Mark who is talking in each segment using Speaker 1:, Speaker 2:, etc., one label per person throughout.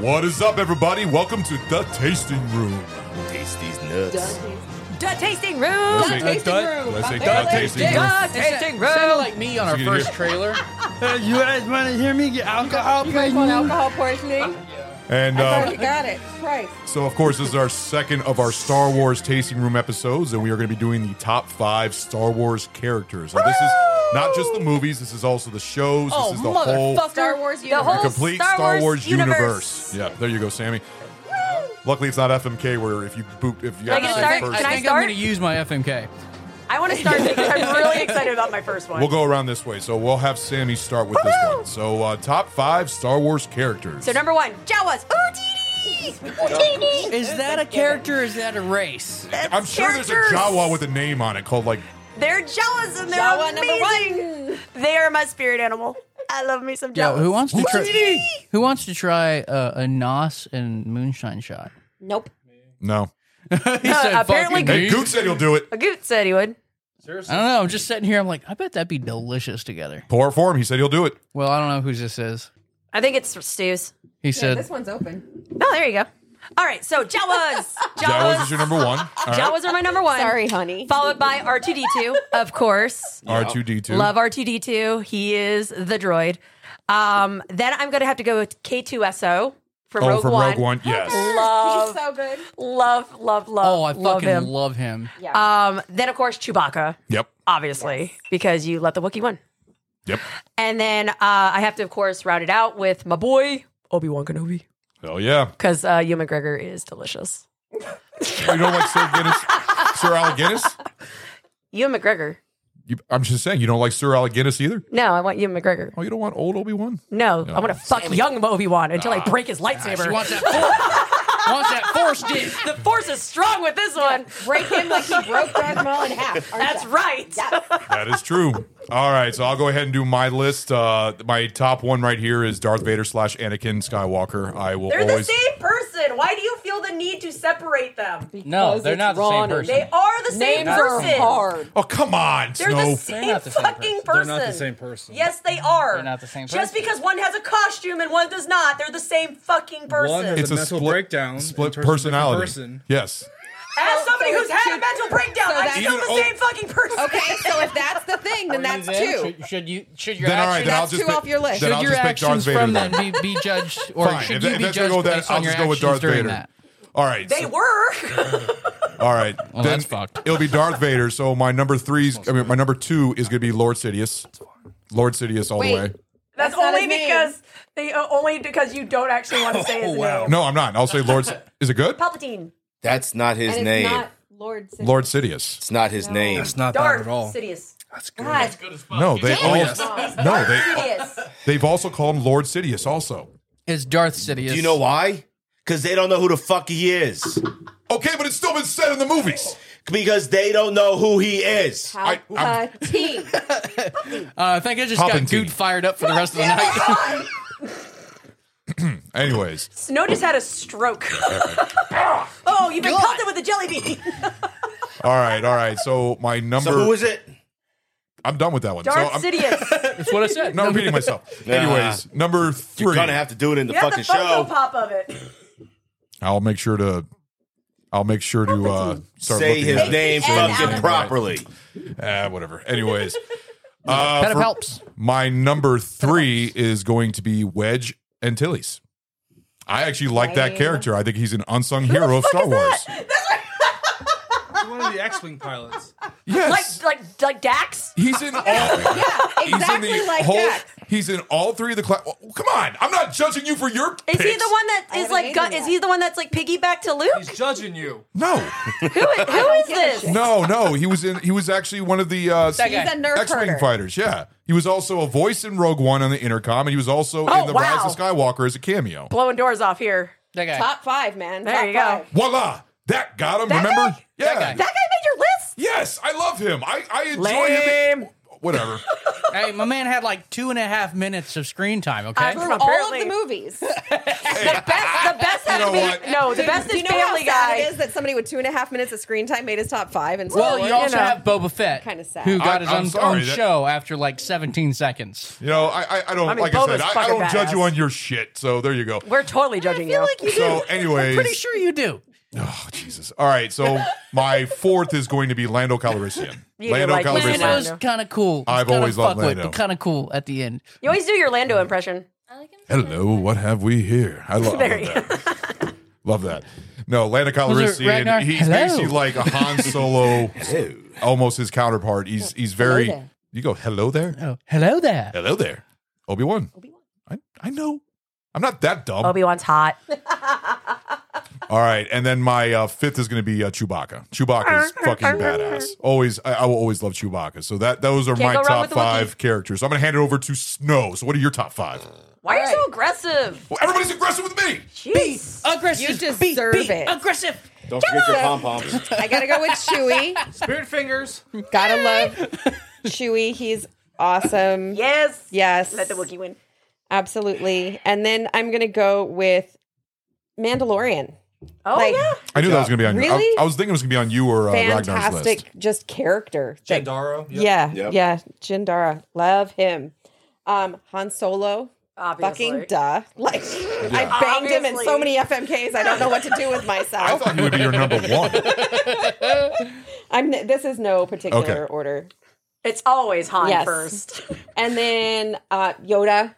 Speaker 1: What is up, everybody? Welcome to The Tasting Room.
Speaker 2: Taste these nuts.
Speaker 3: The tasting room.
Speaker 1: Did I say
Speaker 3: tasting
Speaker 1: dud?
Speaker 3: room.
Speaker 1: Did I say
Speaker 3: My
Speaker 1: dud
Speaker 3: favorite
Speaker 1: tasting
Speaker 3: thing.
Speaker 1: room?
Speaker 3: Dud tasting room.
Speaker 4: Sounded like me on our
Speaker 1: you gonna
Speaker 4: first
Speaker 1: do?
Speaker 4: trailer.
Speaker 5: you guys want to hear me get alcohol?
Speaker 3: You guys want alcohol poisoning?
Speaker 1: And
Speaker 3: I
Speaker 1: um,
Speaker 3: thought you got it. Right.
Speaker 1: So, of course, this is our second of our Star Wars tasting room episodes, and we are going to be doing the top five Star Wars characters. Now, this is not just the movies; this is also the shows.
Speaker 4: Oh,
Speaker 1: this is the whole
Speaker 4: motherfucker.
Speaker 3: Star Wars
Speaker 1: the
Speaker 3: universe.
Speaker 1: whole complete Star, Wars universe. Yeah, there you go, Sammy. Luckily, it's not FMK where if you boop, if you
Speaker 3: I
Speaker 1: have
Speaker 3: get
Speaker 1: to
Speaker 3: to
Speaker 1: say
Speaker 3: start?
Speaker 1: first,
Speaker 3: Can I
Speaker 5: think
Speaker 3: start?
Speaker 5: I'm going to use my FMK.
Speaker 3: I want to start because I'm really excited about my first one.
Speaker 1: we'll go around this way. So we'll have Sammy start with this one. So, uh, top five Star Wars characters.
Speaker 3: so number one, Jawas. Ooh, titties. Ooh, titties.
Speaker 5: Is that a character or is that a race?
Speaker 1: I'm sure there's
Speaker 3: characters.
Speaker 1: a Jawa with a name on it called like
Speaker 3: They're Jawas and they're
Speaker 6: Jawa number
Speaker 3: amazing. They are my spirit animal. I love me some
Speaker 4: Yeah,
Speaker 3: Jawas.
Speaker 4: who wants to try?
Speaker 5: Whoopsie. Who wants to try uh, a Nos and Moonshine shot?
Speaker 6: Nope.
Speaker 1: no.
Speaker 5: He
Speaker 3: Uh, apparently
Speaker 5: fucking
Speaker 1: Hey,
Speaker 5: me.
Speaker 1: Goot said he'll do it.
Speaker 3: A Goot said he would.
Speaker 5: I don't know. I'm just sitting here. I'm like, I bet that'd be delicious together.
Speaker 1: Poor form. He said he'll do it.
Speaker 5: Well, I don't know whose this is.
Speaker 3: I think it's Stu's.
Speaker 5: He said,
Speaker 6: one's open.
Speaker 3: Oh, there you go. All right, so Jawas.
Speaker 1: Jawas is
Speaker 3: Jawas.
Speaker 1: your number one. All right.
Speaker 3: Jawas are my number one.
Speaker 6: Sorry, honey.
Speaker 3: Followed by R2D2, of course.
Speaker 1: R2D2.
Speaker 3: Love R2D2. He is the droid. Um, then I'm going to have to go with K2SO from,
Speaker 1: oh,
Speaker 3: Rogue,
Speaker 1: from
Speaker 3: One.
Speaker 1: Rogue One. Yes.
Speaker 3: Love,
Speaker 6: so good.
Speaker 3: love, love, love.
Speaker 5: "Oh, I
Speaker 3: love
Speaker 5: fucking
Speaker 3: him.
Speaker 5: love him."
Speaker 3: um, then, of course, Chewbacca,
Speaker 1: Yep.
Speaker 3: obviously, because you let the Wookiee win.
Speaker 1: Yep.
Speaker 3: And then uh, I have to, of course, round it out with my boy, Obi Wan Kenobi,
Speaker 1: Hell yeah.
Speaker 3: because uh, Ewan McGregor is delicious.
Speaker 1: You don't like Sir Guinness, Sir Alec Guinness?
Speaker 3: Ewan McGregor.
Speaker 1: You, I'm just saying, you don't like Sir Alec Guinness either?
Speaker 3: No, I want Ewan McGregor.
Speaker 1: Oh, you don't want old Obi Wan?
Speaker 3: No, I want to fuck young Obi Wan until I break his
Speaker 5: She
Speaker 3: lightsaber.
Speaker 5: wants that. For- wants that force dick.
Speaker 3: the force is strong with this one.
Speaker 6: Break him like he broke Darth Maul in half.
Speaker 3: That's right.
Speaker 1: That is true. All right, so I'll go ahead and do my list. Uh, my top one right here is Darth Vader slash Anakin Skywalker. I will
Speaker 3: They're
Speaker 1: always.
Speaker 3: the same person. Why do you feel the need to separate them?
Speaker 4: No, they're not the same person.
Speaker 3: They are the same
Speaker 6: Names
Speaker 3: person.
Speaker 6: are hard.
Speaker 1: Oh, come on,
Speaker 3: They're
Speaker 1: Snow.
Speaker 3: the same
Speaker 4: not the same
Speaker 3: fucking
Speaker 4: person.
Speaker 3: person.
Speaker 7: They're not the same person.
Speaker 3: Yes, they are.
Speaker 4: They're not the same
Speaker 3: Just
Speaker 4: person.
Speaker 3: because one has a costume and one does not, they're the same fucking
Speaker 7: One
Speaker 3: person.
Speaker 7: has
Speaker 1: It's
Speaker 7: a,
Speaker 1: a
Speaker 7: mental
Speaker 1: split-
Speaker 7: breakdown.
Speaker 1: Split
Speaker 7: in terms of different
Speaker 1: personality.
Speaker 7: Person.
Speaker 1: Yes.
Speaker 3: As somebody
Speaker 6: so
Speaker 3: who's
Speaker 6: it's
Speaker 3: had a
Speaker 6: two-
Speaker 3: mental breakdown,
Speaker 6: so
Speaker 3: I'm
Speaker 6: that's-
Speaker 3: still the
Speaker 1: Even-
Speaker 3: same fucking person.
Speaker 6: Okay, so if that's the thing, then that's two.
Speaker 4: Should, should you? Should your
Speaker 1: then all right,
Speaker 4: action-
Speaker 1: then I'll
Speaker 6: that's
Speaker 1: just
Speaker 6: two
Speaker 1: pick,
Speaker 6: off your list.
Speaker 1: Then
Speaker 5: should
Speaker 1: I'll
Speaker 5: your
Speaker 1: just pick Darth
Speaker 5: actions
Speaker 1: Vader.
Speaker 5: from
Speaker 1: then.
Speaker 5: that be, be judged, or
Speaker 1: Fine.
Speaker 5: should
Speaker 1: If,
Speaker 5: you
Speaker 1: that- if
Speaker 5: be judged
Speaker 1: that's gonna go with that,
Speaker 5: based
Speaker 1: I'll
Speaker 5: on your
Speaker 1: just go with
Speaker 5: actions
Speaker 1: Darth
Speaker 5: during
Speaker 1: Vader.
Speaker 5: that?
Speaker 1: All right.
Speaker 3: They
Speaker 1: so-
Speaker 3: were.
Speaker 1: All right, then
Speaker 5: that's fucked.
Speaker 1: It'll be Darth Vader. So my number three's, I mean, my number two is going to be Lord Sidious. Lord Sidious all
Speaker 6: Wait.
Speaker 1: the way.
Speaker 3: That's,
Speaker 6: That's not
Speaker 3: only
Speaker 6: his name.
Speaker 3: because they uh, only because you don't actually want to say his
Speaker 7: Oh, wow.
Speaker 3: name.
Speaker 1: No, I'm not. I'll say Lord. S- Is it good?
Speaker 3: Palpatine,
Speaker 2: That's not his
Speaker 6: And it's
Speaker 2: name.
Speaker 6: not Lord. Sid-
Speaker 1: Lord Sidious.
Speaker 2: it's not his name.
Speaker 7: That's not
Speaker 3: Darth
Speaker 7: that at all.
Speaker 3: Sidious.
Speaker 7: That's good.
Speaker 3: God,
Speaker 1: No, they all. No, they
Speaker 3: Sidious.
Speaker 1: they've also called him Lord Sidious. Also.
Speaker 5: Is Darth Sidious?
Speaker 2: Do you know why? Because they don't know who the fuck he is.
Speaker 1: Okay, but it's still been said in the movies.
Speaker 2: Because they don't know who he is.
Speaker 1: I- I'm-
Speaker 6: Palpatine.
Speaker 5: Uh, I think I just
Speaker 1: Palpatine.
Speaker 5: got dude fired up for the rest of the night.
Speaker 1: Anyways,
Speaker 3: Snow just had a stroke. oh, you've been pelted with a jelly bean.
Speaker 1: all right, all right. So my number.
Speaker 2: So who is it?
Speaker 1: I'm done with that one. so
Speaker 3: Darth
Speaker 1: I'm
Speaker 3: Sidious.
Speaker 5: That's what I said.
Speaker 1: not repeating myself. Anyways, number
Speaker 2: You're
Speaker 1: three.
Speaker 2: gonna have to do it in the
Speaker 3: You have the
Speaker 2: fucking
Speaker 3: photo
Speaker 2: show.
Speaker 3: pop of it.
Speaker 1: I'll make sure to. I'll make sure to uh, start
Speaker 2: Say
Speaker 1: looking at
Speaker 2: his
Speaker 1: it.
Speaker 2: name
Speaker 3: Say his
Speaker 2: fucking
Speaker 3: name.
Speaker 2: properly.
Speaker 1: Ah, whatever. Anyways, uh,
Speaker 5: That
Speaker 1: for-
Speaker 5: helps.
Speaker 1: My number three is going to be Wedge Antilles. I actually like that character. I think he's an unsung hero of Star Wars.
Speaker 7: One of the X-wing pilots.
Speaker 1: Yes,
Speaker 3: Like, like, like Dax.
Speaker 1: he's in all.
Speaker 6: yeah,
Speaker 1: he's in
Speaker 6: exactly
Speaker 1: the
Speaker 6: like
Speaker 1: whole.
Speaker 6: that.
Speaker 1: He's in all three of the class. come on, I'm not judging you for your.
Speaker 3: Is he
Speaker 1: picks.
Speaker 3: the one that
Speaker 6: I
Speaker 3: is
Speaker 6: haven't
Speaker 3: like?
Speaker 6: made
Speaker 3: Gu-
Speaker 6: him
Speaker 3: is
Speaker 6: yet.
Speaker 3: he the one that's like piggyback to Luke?
Speaker 7: He's judging you.
Speaker 1: No,
Speaker 3: Who, who is this?
Speaker 1: no, no. He was in. He was actually one of the uh,
Speaker 6: He's a nerf
Speaker 1: X-wing
Speaker 6: herder.
Speaker 1: fighters. Yeah, he was also a voice in Rogue One on the intercom, and he was also
Speaker 3: Oh,
Speaker 1: in the
Speaker 3: wow.
Speaker 1: Rise of Skywalker as a cameo.
Speaker 3: Blowing doors off here.
Speaker 5: That guy.
Speaker 6: Top five, man.
Speaker 3: There
Speaker 6: Top
Speaker 3: you go.
Speaker 6: five.
Speaker 1: Voila, that got him.
Speaker 3: That
Speaker 1: remember?
Speaker 3: guy?
Speaker 1: Yeah.
Speaker 3: That guy made your list.
Speaker 1: Yes, I love him. I I enjoy him.
Speaker 3: Lame.
Speaker 1: Whatever.
Speaker 5: Hey, my man had like two and a half minutes of screen time. Okay.
Speaker 3: I-
Speaker 6: For all of
Speaker 3: Apparently-
Speaker 6: the movies.
Speaker 3: The best. The best has
Speaker 1: know
Speaker 3: to be-
Speaker 1: what?
Speaker 3: no. Oh, The best
Speaker 6: Do
Speaker 3: is
Speaker 6: you know
Speaker 3: Family
Speaker 6: how sad
Speaker 3: Guy.
Speaker 6: it is that somebody with two and a half minutes of screen time made his top five? And
Speaker 5: well,
Speaker 6: Star
Speaker 5: you
Speaker 6: Wars?
Speaker 5: also
Speaker 3: know.
Speaker 5: have Boba Fett,
Speaker 6: Kinda sad.
Speaker 5: who got
Speaker 1: I-
Speaker 5: his
Speaker 1: I'm
Speaker 5: own,
Speaker 1: sorry,
Speaker 5: own
Speaker 1: that-
Speaker 5: show after like 17 seconds.
Speaker 1: You know, I I, I don't
Speaker 3: I mean,
Speaker 1: like I
Speaker 3: Boba's
Speaker 1: said. I, I
Speaker 3: fucking
Speaker 1: don't judge you
Speaker 3: badass.
Speaker 1: on your shit. So there you go.
Speaker 3: We're totally
Speaker 5: I
Speaker 3: judging
Speaker 5: feel
Speaker 3: you.
Speaker 5: like you do.
Speaker 1: So, anyways,
Speaker 5: pretty sure you do.
Speaker 1: Oh, Jesus. All right. So my fourth is going to be Lando Calrissian.
Speaker 3: You do
Speaker 1: Lando
Speaker 3: like
Speaker 1: Calrissian.
Speaker 3: Lando.
Speaker 5: Lando's kind of cool.
Speaker 1: I've
Speaker 5: Kinda
Speaker 1: always
Speaker 5: fuck
Speaker 1: loved
Speaker 5: with,
Speaker 1: Lando.
Speaker 5: but kind of cool at the end.
Speaker 3: you always do your Lando impression.
Speaker 1: Hello, what have we here? I love, I
Speaker 3: There
Speaker 1: love that. love that. No, Lando Calrissian.
Speaker 5: Ragnar?
Speaker 1: He's
Speaker 5: Hello.
Speaker 1: basically like a Han Solo, almost his counterpart. He's he's very.
Speaker 6: Hello there.
Speaker 1: You go. Hello there.
Speaker 5: Oh, hello there.
Speaker 1: Hello there. Obi Wan. I I know. I'm not that dumb.
Speaker 3: Obi Wan's hot.
Speaker 1: All right, and then my uh, fifth is going to be uh, Chewbacca. Chewbacca is fucking badass. Always, I, I will always love Chewbacca. So that those are
Speaker 3: Can't go
Speaker 1: my
Speaker 3: wrong
Speaker 1: top
Speaker 3: with the Wookiee.
Speaker 1: five characters. So I'm going to hand it over to Snow. So what are your top five?
Speaker 3: Why are you so aggressive?
Speaker 1: Well, everybody's aggressive with me.
Speaker 3: Jeez.
Speaker 5: Aggressive.
Speaker 6: You deserve
Speaker 5: Beat, beat.
Speaker 6: it.
Speaker 5: Aggressive.
Speaker 2: Don't forget your pom poms.
Speaker 6: I gotta go with Chewy.
Speaker 7: Spirit fingers.
Speaker 6: Gotta love Chewy. He's awesome.
Speaker 3: Yes.
Speaker 6: Yes.
Speaker 3: Let the Wookiee win.
Speaker 6: Absolutely. And then I'm gonna go with Mandalorian.
Speaker 3: Oh
Speaker 6: Like,
Speaker 3: yeah.
Speaker 1: I knew that was going to be on. you. I-
Speaker 6: Really?
Speaker 1: I, was thinking it was going to be on you or uh, Ragnar's list.
Speaker 6: Fantastic, just character. Like,
Speaker 7: Jandaro.
Speaker 6: Yeah,
Speaker 2: Yep.
Speaker 6: yeah. Jindara, love him. Um, Han Solo,
Speaker 3: Obviously.
Speaker 6: fucking duh. Like I banged him in so
Speaker 3: Obviously.
Speaker 6: many FMKs. I don't know what to do with
Speaker 1: I
Speaker 6: myself.
Speaker 1: thought he would be your number one.
Speaker 6: I'm. This is no particular
Speaker 1: Okay.
Speaker 6: order.
Speaker 3: It's always Han
Speaker 6: Yes.
Speaker 3: first.
Speaker 6: And then uh, Yoda.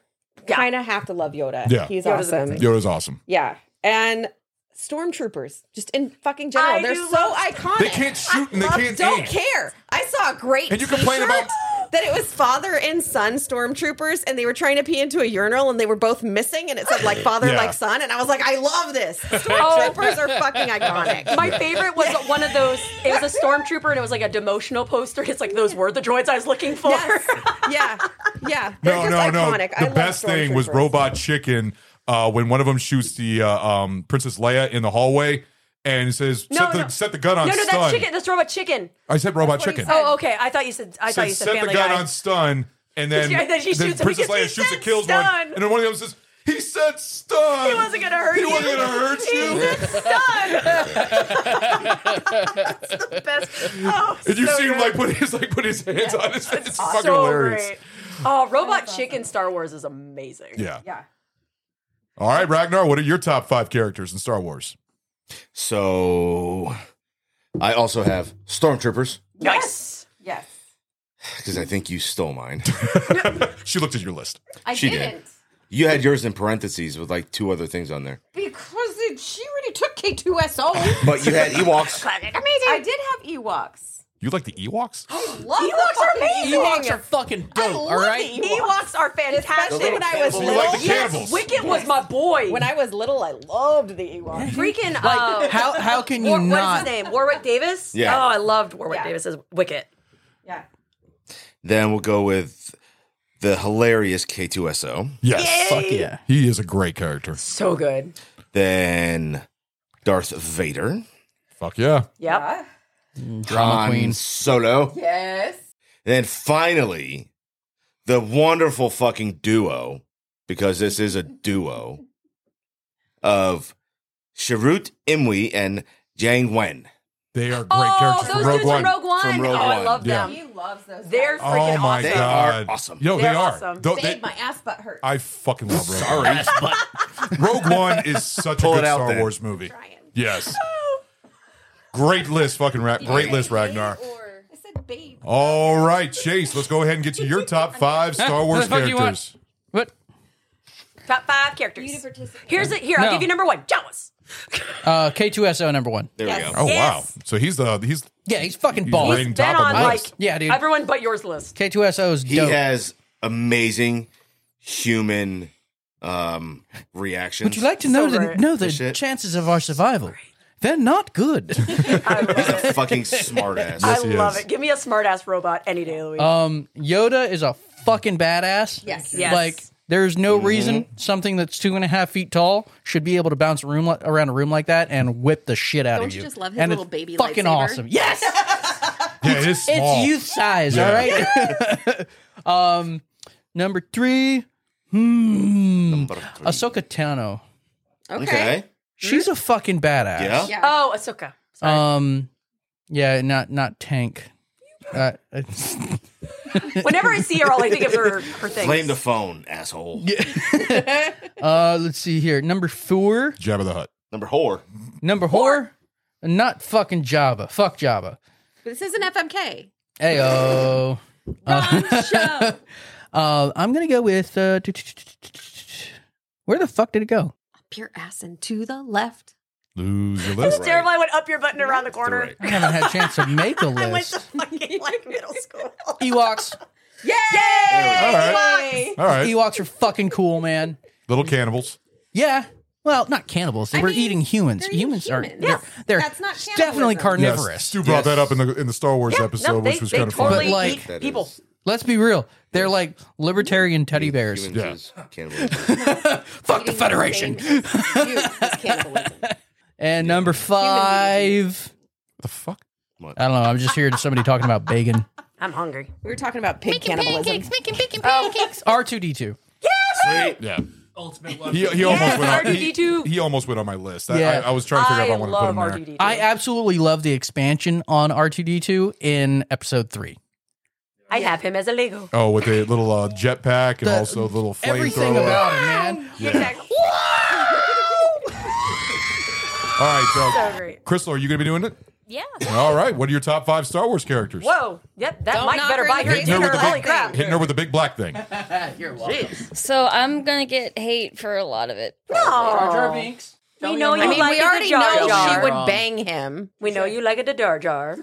Speaker 3: Yeah.
Speaker 6: Kind of have to love Yoda.
Speaker 1: Yeah.
Speaker 6: he's
Speaker 3: Yoda's
Speaker 6: awesome.
Speaker 3: amazing.
Speaker 1: Yoda's awesome.
Speaker 6: Yeah, and stormtroopers, just in fucking general,
Speaker 3: I
Speaker 6: they're
Speaker 3: do
Speaker 6: so
Speaker 3: love-
Speaker 6: iconic.
Speaker 1: They can't shoot and they
Speaker 6: I
Speaker 1: can't
Speaker 6: don't
Speaker 1: aim.
Speaker 6: care. I saw a great
Speaker 1: And you complain
Speaker 6: t-shirt
Speaker 1: about-
Speaker 6: that it was father and son stormtroopers, and they were trying to pee into a urinal, and they were both missing, and it said like father
Speaker 1: Yeah.
Speaker 6: like son, and I was like, I love this. Stormtroopers are fucking iconic.
Speaker 3: My favorite was one of those. It was a stormtrooper, and it was like a demotional poster. It's like those were the droids I was looking for.
Speaker 6: yes, yeah, yeah. They're
Speaker 1: no,
Speaker 6: just
Speaker 1: no,
Speaker 6: iconic. I
Speaker 1: no. The
Speaker 6: love
Speaker 1: best thing was
Speaker 6: stormtroopers.
Speaker 1: Robot Chicken uh, when one of them shoots the uh, um, Princess Leia in the hallway and says,
Speaker 3: No,
Speaker 1: set, the,
Speaker 3: no.
Speaker 1: set the gun on
Speaker 3: No, no,
Speaker 1: stun.
Speaker 3: that's chicken. That's robot chicken.
Speaker 1: I said Robot
Speaker 6: That's what he
Speaker 1: Chicken.
Speaker 6: said.
Speaker 3: Oh, okay. I thought you said. I thought you
Speaker 1: says,
Speaker 3: said
Speaker 1: set
Speaker 3: Family
Speaker 1: the gun
Speaker 3: Guy.
Speaker 1: on stun, and then,
Speaker 3: Yeah, then she
Speaker 1: then
Speaker 3: shoots him
Speaker 1: Princess
Speaker 3: because
Speaker 1: Leia
Speaker 3: he
Speaker 1: shoots
Speaker 3: said
Speaker 1: and kills one,
Speaker 3: stun.
Speaker 1: and then one of them says, "He said stun."
Speaker 3: He wasn't gonna hurt
Speaker 1: He
Speaker 3: you.
Speaker 1: wasn't gonna hurt you.
Speaker 3: Best. Oh,
Speaker 1: And you
Speaker 3: so
Speaker 1: see him
Speaker 3: good.
Speaker 1: like put his like put his hands on his face. It's
Speaker 3: so
Speaker 1: fucking hilarious.
Speaker 3: great. Oh, robot chicken Star Wars is amazing.
Speaker 1: Yeah.
Speaker 6: Yeah.
Speaker 1: All right, Ragnar. What are your top five characters in Star Wars?
Speaker 2: So I also have stormtroopers
Speaker 3: Nice.
Speaker 6: Yes,
Speaker 2: because I think you stole mine.
Speaker 1: She looked at your list.
Speaker 6: I
Speaker 2: She did. You had yours in parentheses with like two other things on there,
Speaker 6: because it, she already took K2SO.
Speaker 2: but you had Ewoks.
Speaker 6: I did have Ewoks.
Speaker 1: You like the Ewoks?
Speaker 6: Love the
Speaker 3: Ewoks
Speaker 5: Ewoks
Speaker 3: are amazing.
Speaker 6: fucking
Speaker 5: are fucking dope.
Speaker 6: love
Speaker 5: all right.
Speaker 6: the
Speaker 3: Ewoks are fantastic.
Speaker 6: Especially when I was
Speaker 1: So
Speaker 6: little.
Speaker 1: you like the
Speaker 6: Yes.
Speaker 1: cannibals?
Speaker 3: Wicket was my boy.
Speaker 6: When I was little, I loved the Ewoks.
Speaker 3: freaking like,
Speaker 8: Oh.
Speaker 5: How how can you
Speaker 3: War- what
Speaker 5: not?
Speaker 3: is his name? Warwick Davis.
Speaker 2: Yeah.
Speaker 3: Oh, I loved Warwick
Speaker 6: Yeah.
Speaker 3: Davis as Wicket.
Speaker 6: Yeah.
Speaker 2: Then we'll go with the hilarious K2SO.
Speaker 1: Yes.
Speaker 5: Fuck yeah.
Speaker 1: He is a great character.
Speaker 3: So good.
Speaker 2: Then Darth Vader.
Speaker 1: Fuck yeah.
Speaker 3: Yep.
Speaker 5: Drama
Speaker 2: Han
Speaker 5: queen.
Speaker 2: Solo.
Speaker 6: Yes.
Speaker 2: Then finally, the wonderful fucking duo, because this is a duo of Sharut Imwe and Jang Wen.
Speaker 1: They are great
Speaker 3: Oh,
Speaker 1: characters
Speaker 3: those
Speaker 1: from Rogue
Speaker 3: dudes
Speaker 1: One.
Speaker 3: from Rogue One.
Speaker 2: From Rogue
Speaker 3: oh, I
Speaker 2: One.
Speaker 3: love
Speaker 1: Yeah.
Speaker 3: them.
Speaker 6: loves those.
Speaker 3: They're
Speaker 6: guys.
Speaker 3: freaking
Speaker 1: oh my
Speaker 3: awesome.
Speaker 2: They
Speaker 1: god.
Speaker 2: are awesome.
Speaker 1: Yo, they
Speaker 3: They're
Speaker 1: are.
Speaker 3: awesome.
Speaker 1: Tho-
Speaker 6: Made
Speaker 1: Oh, they-
Speaker 6: my ass butt hurt.
Speaker 1: I fucking love Rogue One.
Speaker 2: Sorry.
Speaker 1: Rogue One is such
Speaker 2: Pull
Speaker 1: a
Speaker 2: it
Speaker 1: good
Speaker 2: out
Speaker 1: Star
Speaker 2: then.
Speaker 1: Wars movie. Yes. Great list, fucking Ra- great list, Ragnar. Oh.
Speaker 6: I said, babe.
Speaker 1: All right, Chase, let's go ahead and get to your top five
Speaker 5: Huh?
Speaker 1: Star
Speaker 5: What
Speaker 1: Wars
Speaker 5: the fuck you want?
Speaker 1: characters.
Speaker 5: What?
Speaker 3: Top five characters. Here's it. Here,
Speaker 5: No.
Speaker 3: I'll give you number one. Jawas.
Speaker 5: Uh, K2SO number one.
Speaker 2: There
Speaker 6: Yes.
Speaker 2: we go.
Speaker 1: Oh
Speaker 3: Yes.
Speaker 1: wow! So he's the he's
Speaker 5: Yeah, he's fucking
Speaker 1: he's
Speaker 5: bald.
Speaker 1: rating
Speaker 3: Then
Speaker 1: top
Speaker 3: on
Speaker 1: of the
Speaker 3: like
Speaker 1: list.
Speaker 5: Yeah, dude.
Speaker 3: everyone but yours list.
Speaker 5: K2SO is
Speaker 2: He
Speaker 5: dope.
Speaker 2: has amazing human um reactions.
Speaker 4: Would you like to know
Speaker 3: So
Speaker 4: the,
Speaker 3: right.
Speaker 4: know the
Speaker 2: Push it.
Speaker 4: chances of our survival? They're not good.
Speaker 2: He's a fucking smartass.
Speaker 1: Yes,
Speaker 3: I
Speaker 1: he
Speaker 3: love
Speaker 1: is.
Speaker 3: it. Give me a smart ass robot any day of the week.
Speaker 4: um, Yoda is a fucking badass.
Speaker 8: Yes.
Speaker 3: Yes.
Speaker 4: Like there's no
Speaker 1: Mm-hmm.
Speaker 4: reason something that's two and a half feet tall should be able to bounce a room li- around a room like that and whip the shit out
Speaker 8: Don't
Speaker 4: of you.
Speaker 8: you just love his
Speaker 4: and
Speaker 8: little
Speaker 4: it's
Speaker 8: baby
Speaker 4: Fucking
Speaker 8: lightsaber?
Speaker 4: awesome. Yes.
Speaker 1: Yeah, it is small.
Speaker 4: It's youth size, all right? um, number three, hmm, Ahsoka Tano.
Speaker 8: Okay.
Speaker 2: Okay.
Speaker 4: She's a fucking badass.
Speaker 2: Yeah.
Speaker 8: Yeah.
Speaker 3: oh, Ahsoka. Sorry.
Speaker 4: Um, yeah, not not tank. Uh,
Speaker 3: Whenever I see her, all I think of her her things.
Speaker 2: Blame the phone, asshole.
Speaker 4: uh, let's see here. Number four,
Speaker 1: Jabba the Hutt.
Speaker 2: Number whore.
Speaker 4: number whore, not fucking Java. Fuck Java.
Speaker 8: But this is an FMK.
Speaker 4: Ayo.
Speaker 8: Wrong show.
Speaker 4: Uh, I'm gonna go with uh, where the fuck did it go?
Speaker 8: Up your ass and to the left.
Speaker 1: Lose your
Speaker 3: It's
Speaker 1: list.
Speaker 3: terrible. I went up your button around the corner.
Speaker 2: Right.
Speaker 4: I haven't had a chance to make a
Speaker 3: I went to
Speaker 4: list.
Speaker 3: fucking like middle school.
Speaker 4: Ewoks.
Speaker 3: Yay!
Speaker 1: All right. All right.
Speaker 4: Ewoks are fucking cool, man.
Speaker 1: Little cannibals.
Speaker 4: Yeah. Well, not cannibals. They
Speaker 8: I
Speaker 4: were
Speaker 8: mean,
Speaker 4: eating humans.
Speaker 8: they're eating
Speaker 4: Humans are
Speaker 8: humans.
Speaker 4: they're, they're
Speaker 8: That's not cannibalism.
Speaker 4: definitely
Speaker 8: Yes.
Speaker 4: carnivorous.
Speaker 1: Yes, Stu brought
Speaker 2: Yes.
Speaker 1: that up in the in the Star Wars
Speaker 3: Yeah,
Speaker 1: episode,
Speaker 3: no, they,
Speaker 1: which was
Speaker 3: they
Speaker 1: kind of
Speaker 3: totally
Speaker 1: fun.
Speaker 4: But, like-
Speaker 3: eat
Speaker 2: That
Speaker 3: people.
Speaker 2: is-
Speaker 4: Let's be real. They're like libertarian teddy bears.
Speaker 2: humans
Speaker 1: Yeah.
Speaker 2: is cannibalism.
Speaker 4: Fuck the
Speaker 8: Eating the
Speaker 4: Federation.
Speaker 8: same as you is cannibalism.
Speaker 4: And number five.
Speaker 1: the fuck?
Speaker 4: I don't know. I'm just hearing somebody talking about bacon.
Speaker 3: I'm hungry.
Speaker 6: We were talking about pig cannibalism.
Speaker 8: making bacon pancakes.
Speaker 4: R2D2.
Speaker 2: Sweet.
Speaker 1: Yeah.
Speaker 7: Ultimate
Speaker 1: He,
Speaker 7: weapon.
Speaker 1: he almost went on. He,
Speaker 3: R2D2.
Speaker 1: he almost went on my list. I,
Speaker 4: Yeah.
Speaker 1: I, I was trying to figure out
Speaker 3: I
Speaker 1: if I wanted to put
Speaker 3: love
Speaker 1: him there.
Speaker 3: RTD.
Speaker 4: I absolutely love the expansion on R2D2 in episode three.
Speaker 3: I have him as a Lego.
Speaker 1: Oh, with a little uh, jetpack and
Speaker 4: The-
Speaker 1: also a little
Speaker 4: Everything
Speaker 1: flamethrower.
Speaker 4: about it, man.
Speaker 3: Exactly.
Speaker 1: All right,
Speaker 3: So Oh, great.
Speaker 1: so Crystal, are you going to be doing it?
Speaker 3: Yeah.
Speaker 1: All right. What are your top five Star Wars characters?
Speaker 3: Whoa. Yep. That
Speaker 9: Don't
Speaker 3: mic
Speaker 9: knock
Speaker 3: better
Speaker 9: her
Speaker 3: buy
Speaker 9: in
Speaker 3: her
Speaker 9: the face.
Speaker 1: Hitting her,
Speaker 3: dinner.
Speaker 1: with the
Speaker 3: Holy
Speaker 1: big,
Speaker 3: crap.
Speaker 1: hitting her with the big black thing.
Speaker 4: You're welcome.
Speaker 9: So I'm gonna get hate for a lot of it.
Speaker 3: Oh. We know
Speaker 9: I
Speaker 3: you
Speaker 9: mean,
Speaker 3: like
Speaker 9: we
Speaker 3: the
Speaker 9: already
Speaker 3: Jar
Speaker 9: know
Speaker 3: Jar.
Speaker 9: she would-
Speaker 6: bang him.
Speaker 3: We know you like the Jar Jar.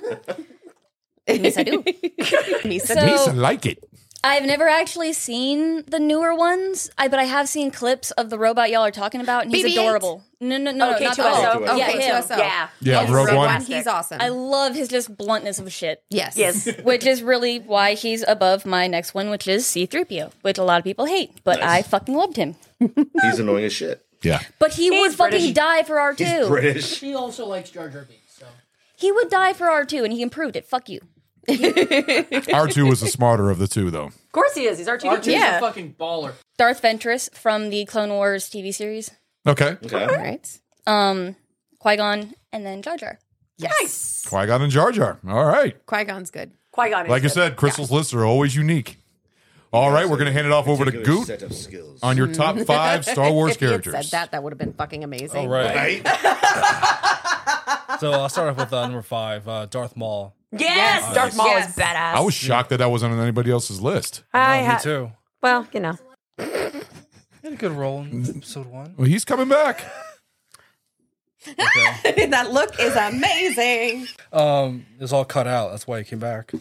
Speaker 9: Yes, I do.
Speaker 6: Misa.
Speaker 1: Lisa
Speaker 9: So
Speaker 1: like it.
Speaker 9: I've never actually seen the newer ones, I, but I have seen clips of the robot y'all are talking about, and he's
Speaker 8: BB-8?
Speaker 9: adorable. No, no, no,
Speaker 3: Oh,
Speaker 9: no, not the
Speaker 3: K2SO?
Speaker 9: robot.
Speaker 3: Oh,
Speaker 9: yeah, him.
Speaker 8: K2SO.
Speaker 3: Yeah.
Speaker 1: Yeah,
Speaker 9: Yes.
Speaker 1: Rogue
Speaker 9: Rogue
Speaker 1: One.
Speaker 9: One.
Speaker 8: He's awesome.
Speaker 9: I love his just bluntness of shit,
Speaker 8: yes.
Speaker 3: Yes.
Speaker 9: which is really why he's above my next one, which is C-3PO, which a lot of people hate, but I fucking loved him.
Speaker 2: He's annoying as shit.
Speaker 1: Yeah.
Speaker 9: But he would fucking
Speaker 3: British.
Speaker 9: die for R2.
Speaker 2: British.
Speaker 5: He also likes Jar Jar Binks. So.
Speaker 9: He would die for R2, and he improved it. Fuck you.
Speaker 1: R2 was the smarter of the two, though.
Speaker 3: Of course he is. He's R2D2.
Speaker 5: yeah. fucking baller.
Speaker 9: Darth Ventress from the Clone Wars TV series,
Speaker 1: Okay.
Speaker 8: All
Speaker 2: Okay.
Speaker 8: right.
Speaker 9: um, Qui Gon, and then Jar Jar.
Speaker 8: Yes.
Speaker 1: Qui Gon and Jar Jar. All right.
Speaker 8: Qui Gon's good.
Speaker 3: Qui-Gon is
Speaker 1: Like I
Speaker 3: good.
Speaker 1: said, Crystal's lists are always unique. All right, we're going to hand it off over to
Speaker 2: Particular
Speaker 1: Goot
Speaker 2: Set of skills.
Speaker 1: on your top five Star Wars
Speaker 8: if he had
Speaker 1: characters.
Speaker 8: said that, that would have been fucking
Speaker 7: All
Speaker 8: amazing.
Speaker 7: right.
Speaker 2: right.
Speaker 7: So I'll start off with uh, number five, uh, Darth Maul.
Speaker 3: Yes, Darth Maul
Speaker 8: Yes.
Speaker 3: is badass.
Speaker 1: I was shocked that that wasn't on anybody else's list.
Speaker 3: I
Speaker 7: Oh, me
Speaker 3: ha-
Speaker 7: too.
Speaker 3: Well, you know.
Speaker 7: Had a good role in episode one.
Speaker 1: Well, he's coming back.
Speaker 7: Okay.
Speaker 6: that look is amazing.
Speaker 7: um, it was all cut out. That's why he came back.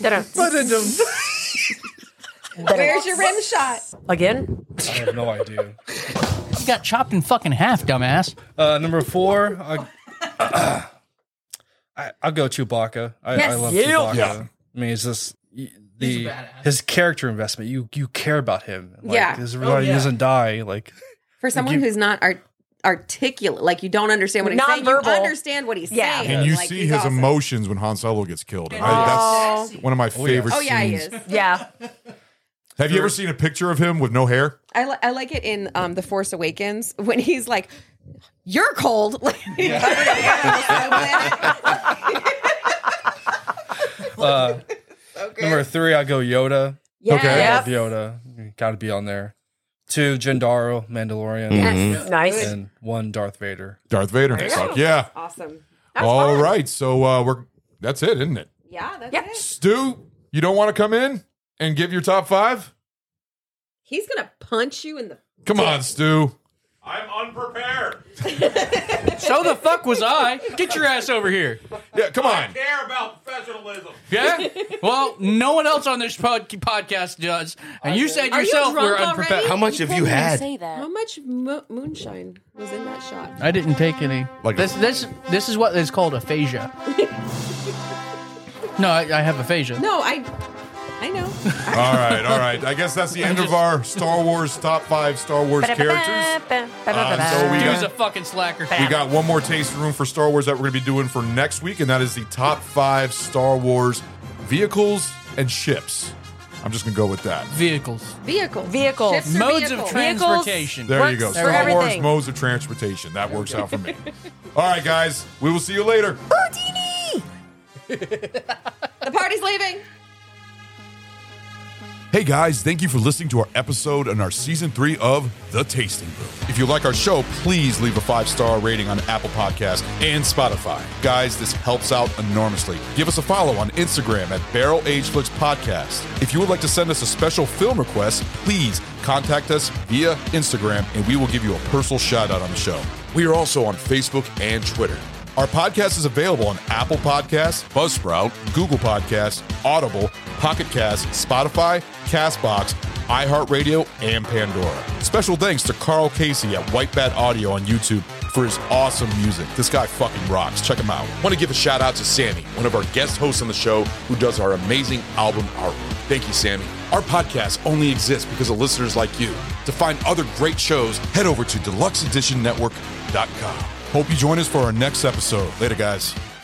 Speaker 3: Da-da.
Speaker 7: But it don't-
Speaker 6: Where's your rim shot?
Speaker 3: Again?
Speaker 7: I have no idea.
Speaker 4: He got chopped in fucking half, dumbass.
Speaker 7: Uh, number four, I, I, I'll go Chewbacca. I, I
Speaker 8: Yes.
Speaker 7: love
Speaker 3: Yeah.
Speaker 7: Chewbacca.
Speaker 1: Yeah.
Speaker 7: I mean, it's just y- the his character investment. You you care about him. Like,
Speaker 6: Yeah.
Speaker 7: this is why he doesn't die. Like
Speaker 6: For someone
Speaker 7: you-
Speaker 6: who's not art- articulate, like you don't understand what he's
Speaker 3: Nonverbal.
Speaker 6: saying. You understand what he's
Speaker 3: Yeah.
Speaker 6: saying.
Speaker 1: And you
Speaker 6: Like,
Speaker 1: see
Speaker 6: he's
Speaker 1: his
Speaker 6: awesome.
Speaker 1: emotion when Han Solo gets killed. And I,
Speaker 3: Oh.
Speaker 1: that's one of my favorite
Speaker 6: Oh yeah, he
Speaker 1: scenes.
Speaker 6: is.
Speaker 3: Yeah.
Speaker 1: Have you ever seen a picture of him with no hair?
Speaker 6: I, li- I like it in um, The Force Awakens when he's like, "You're cold." Like,
Speaker 7: uh,
Speaker 6: Okay.
Speaker 7: number three, I go Yoda.
Speaker 1: Okay.
Speaker 7: I
Speaker 3: Yep.
Speaker 7: love Yoda. Got to be on there. Two Jindaro, Mandalorian,
Speaker 3: Nice.
Speaker 7: and one Darth Vader.
Speaker 1: Darth Vader. Fuck yeah.
Speaker 6: awesome.
Speaker 1: All right, So uh, we're that's it, isn't it?
Speaker 6: Yeah, that's
Speaker 3: Yeah.
Speaker 6: it.
Speaker 1: Stu, you don't want to come in and give your top five?
Speaker 6: He's gonna punch you in the.
Speaker 1: Come on, Stu. I'm unprepared.
Speaker 4: So the fuck was I? Get your ass over here.
Speaker 1: Yeah, come on.
Speaker 10: care about professionalism.
Speaker 4: Yeah. Well, no one else on this pod- podcast does, and you said
Speaker 8: Are you
Speaker 4: yourself we're
Speaker 8: drunk
Speaker 4: unprepared.
Speaker 8: already?
Speaker 2: How much have you
Speaker 11: Couldn't
Speaker 2: had?
Speaker 11: Say that.
Speaker 8: How much mo- moonshine was in that shot?
Speaker 4: I didn't take any.
Speaker 1: Like a-
Speaker 4: this, this, this is what is called aphasia. no, I, I have aphasia.
Speaker 8: No, I, I know.
Speaker 1: All right, all right. I guess that's the end of our Star Wars top five Star Wars characters. Uh, so we
Speaker 4: Dude's
Speaker 1: got-
Speaker 4: a fucking slacker.
Speaker 1: We got one more tasting room for Star Wars that we're going to be doing for next week, and that is the top five Star Wars vehicles and ships. I'm just going to go with that.
Speaker 4: Vehicles,
Speaker 8: Vehicles.
Speaker 3: Vehicles.
Speaker 8: Ships or
Speaker 4: modes of
Speaker 8: vehicles.
Speaker 4: transportation.
Speaker 1: There you
Speaker 3: Works
Speaker 1: go.
Speaker 3: for
Speaker 1: Star Wars
Speaker 3: everything.
Speaker 1: modes of transportation. That works out for me. All right, guys. We will see you later.
Speaker 8: The party's leaving.
Speaker 1: Hey guys, thank you for listening to our episode and our season three of The Tasting Room. If you like our show, please leave a five star rating on Apple Podcasts and Spotify. Guys, this helps out enormously. Give us a follow on Instagram at Barrel Age Flicks Podcast. If you would like to send us a special film request, please contact us via Instagram and we will give you a personal shout out on the show. We are also on Facebook and Twitter. Our podcast is available on Apple Podcasts, Buzzsprout, Google Podcasts, Audible, Pocket Cast, Spotify, Castbox, iHeartRadio, and Pandora. Special thanks to Carl Casey at White Bat Audio on YouTube for his awesome music. This guy fucking rocks. Check him out. Want to give a shout out to Sammy, one of our guest hosts on the show who does our amazing album artwork. Thank you, Sammy. Our podcast only exists because of listeners like you. To find other great shows, head over to deluxeeditionnetwork.com. Hope you join us for our next episode. Later, guys.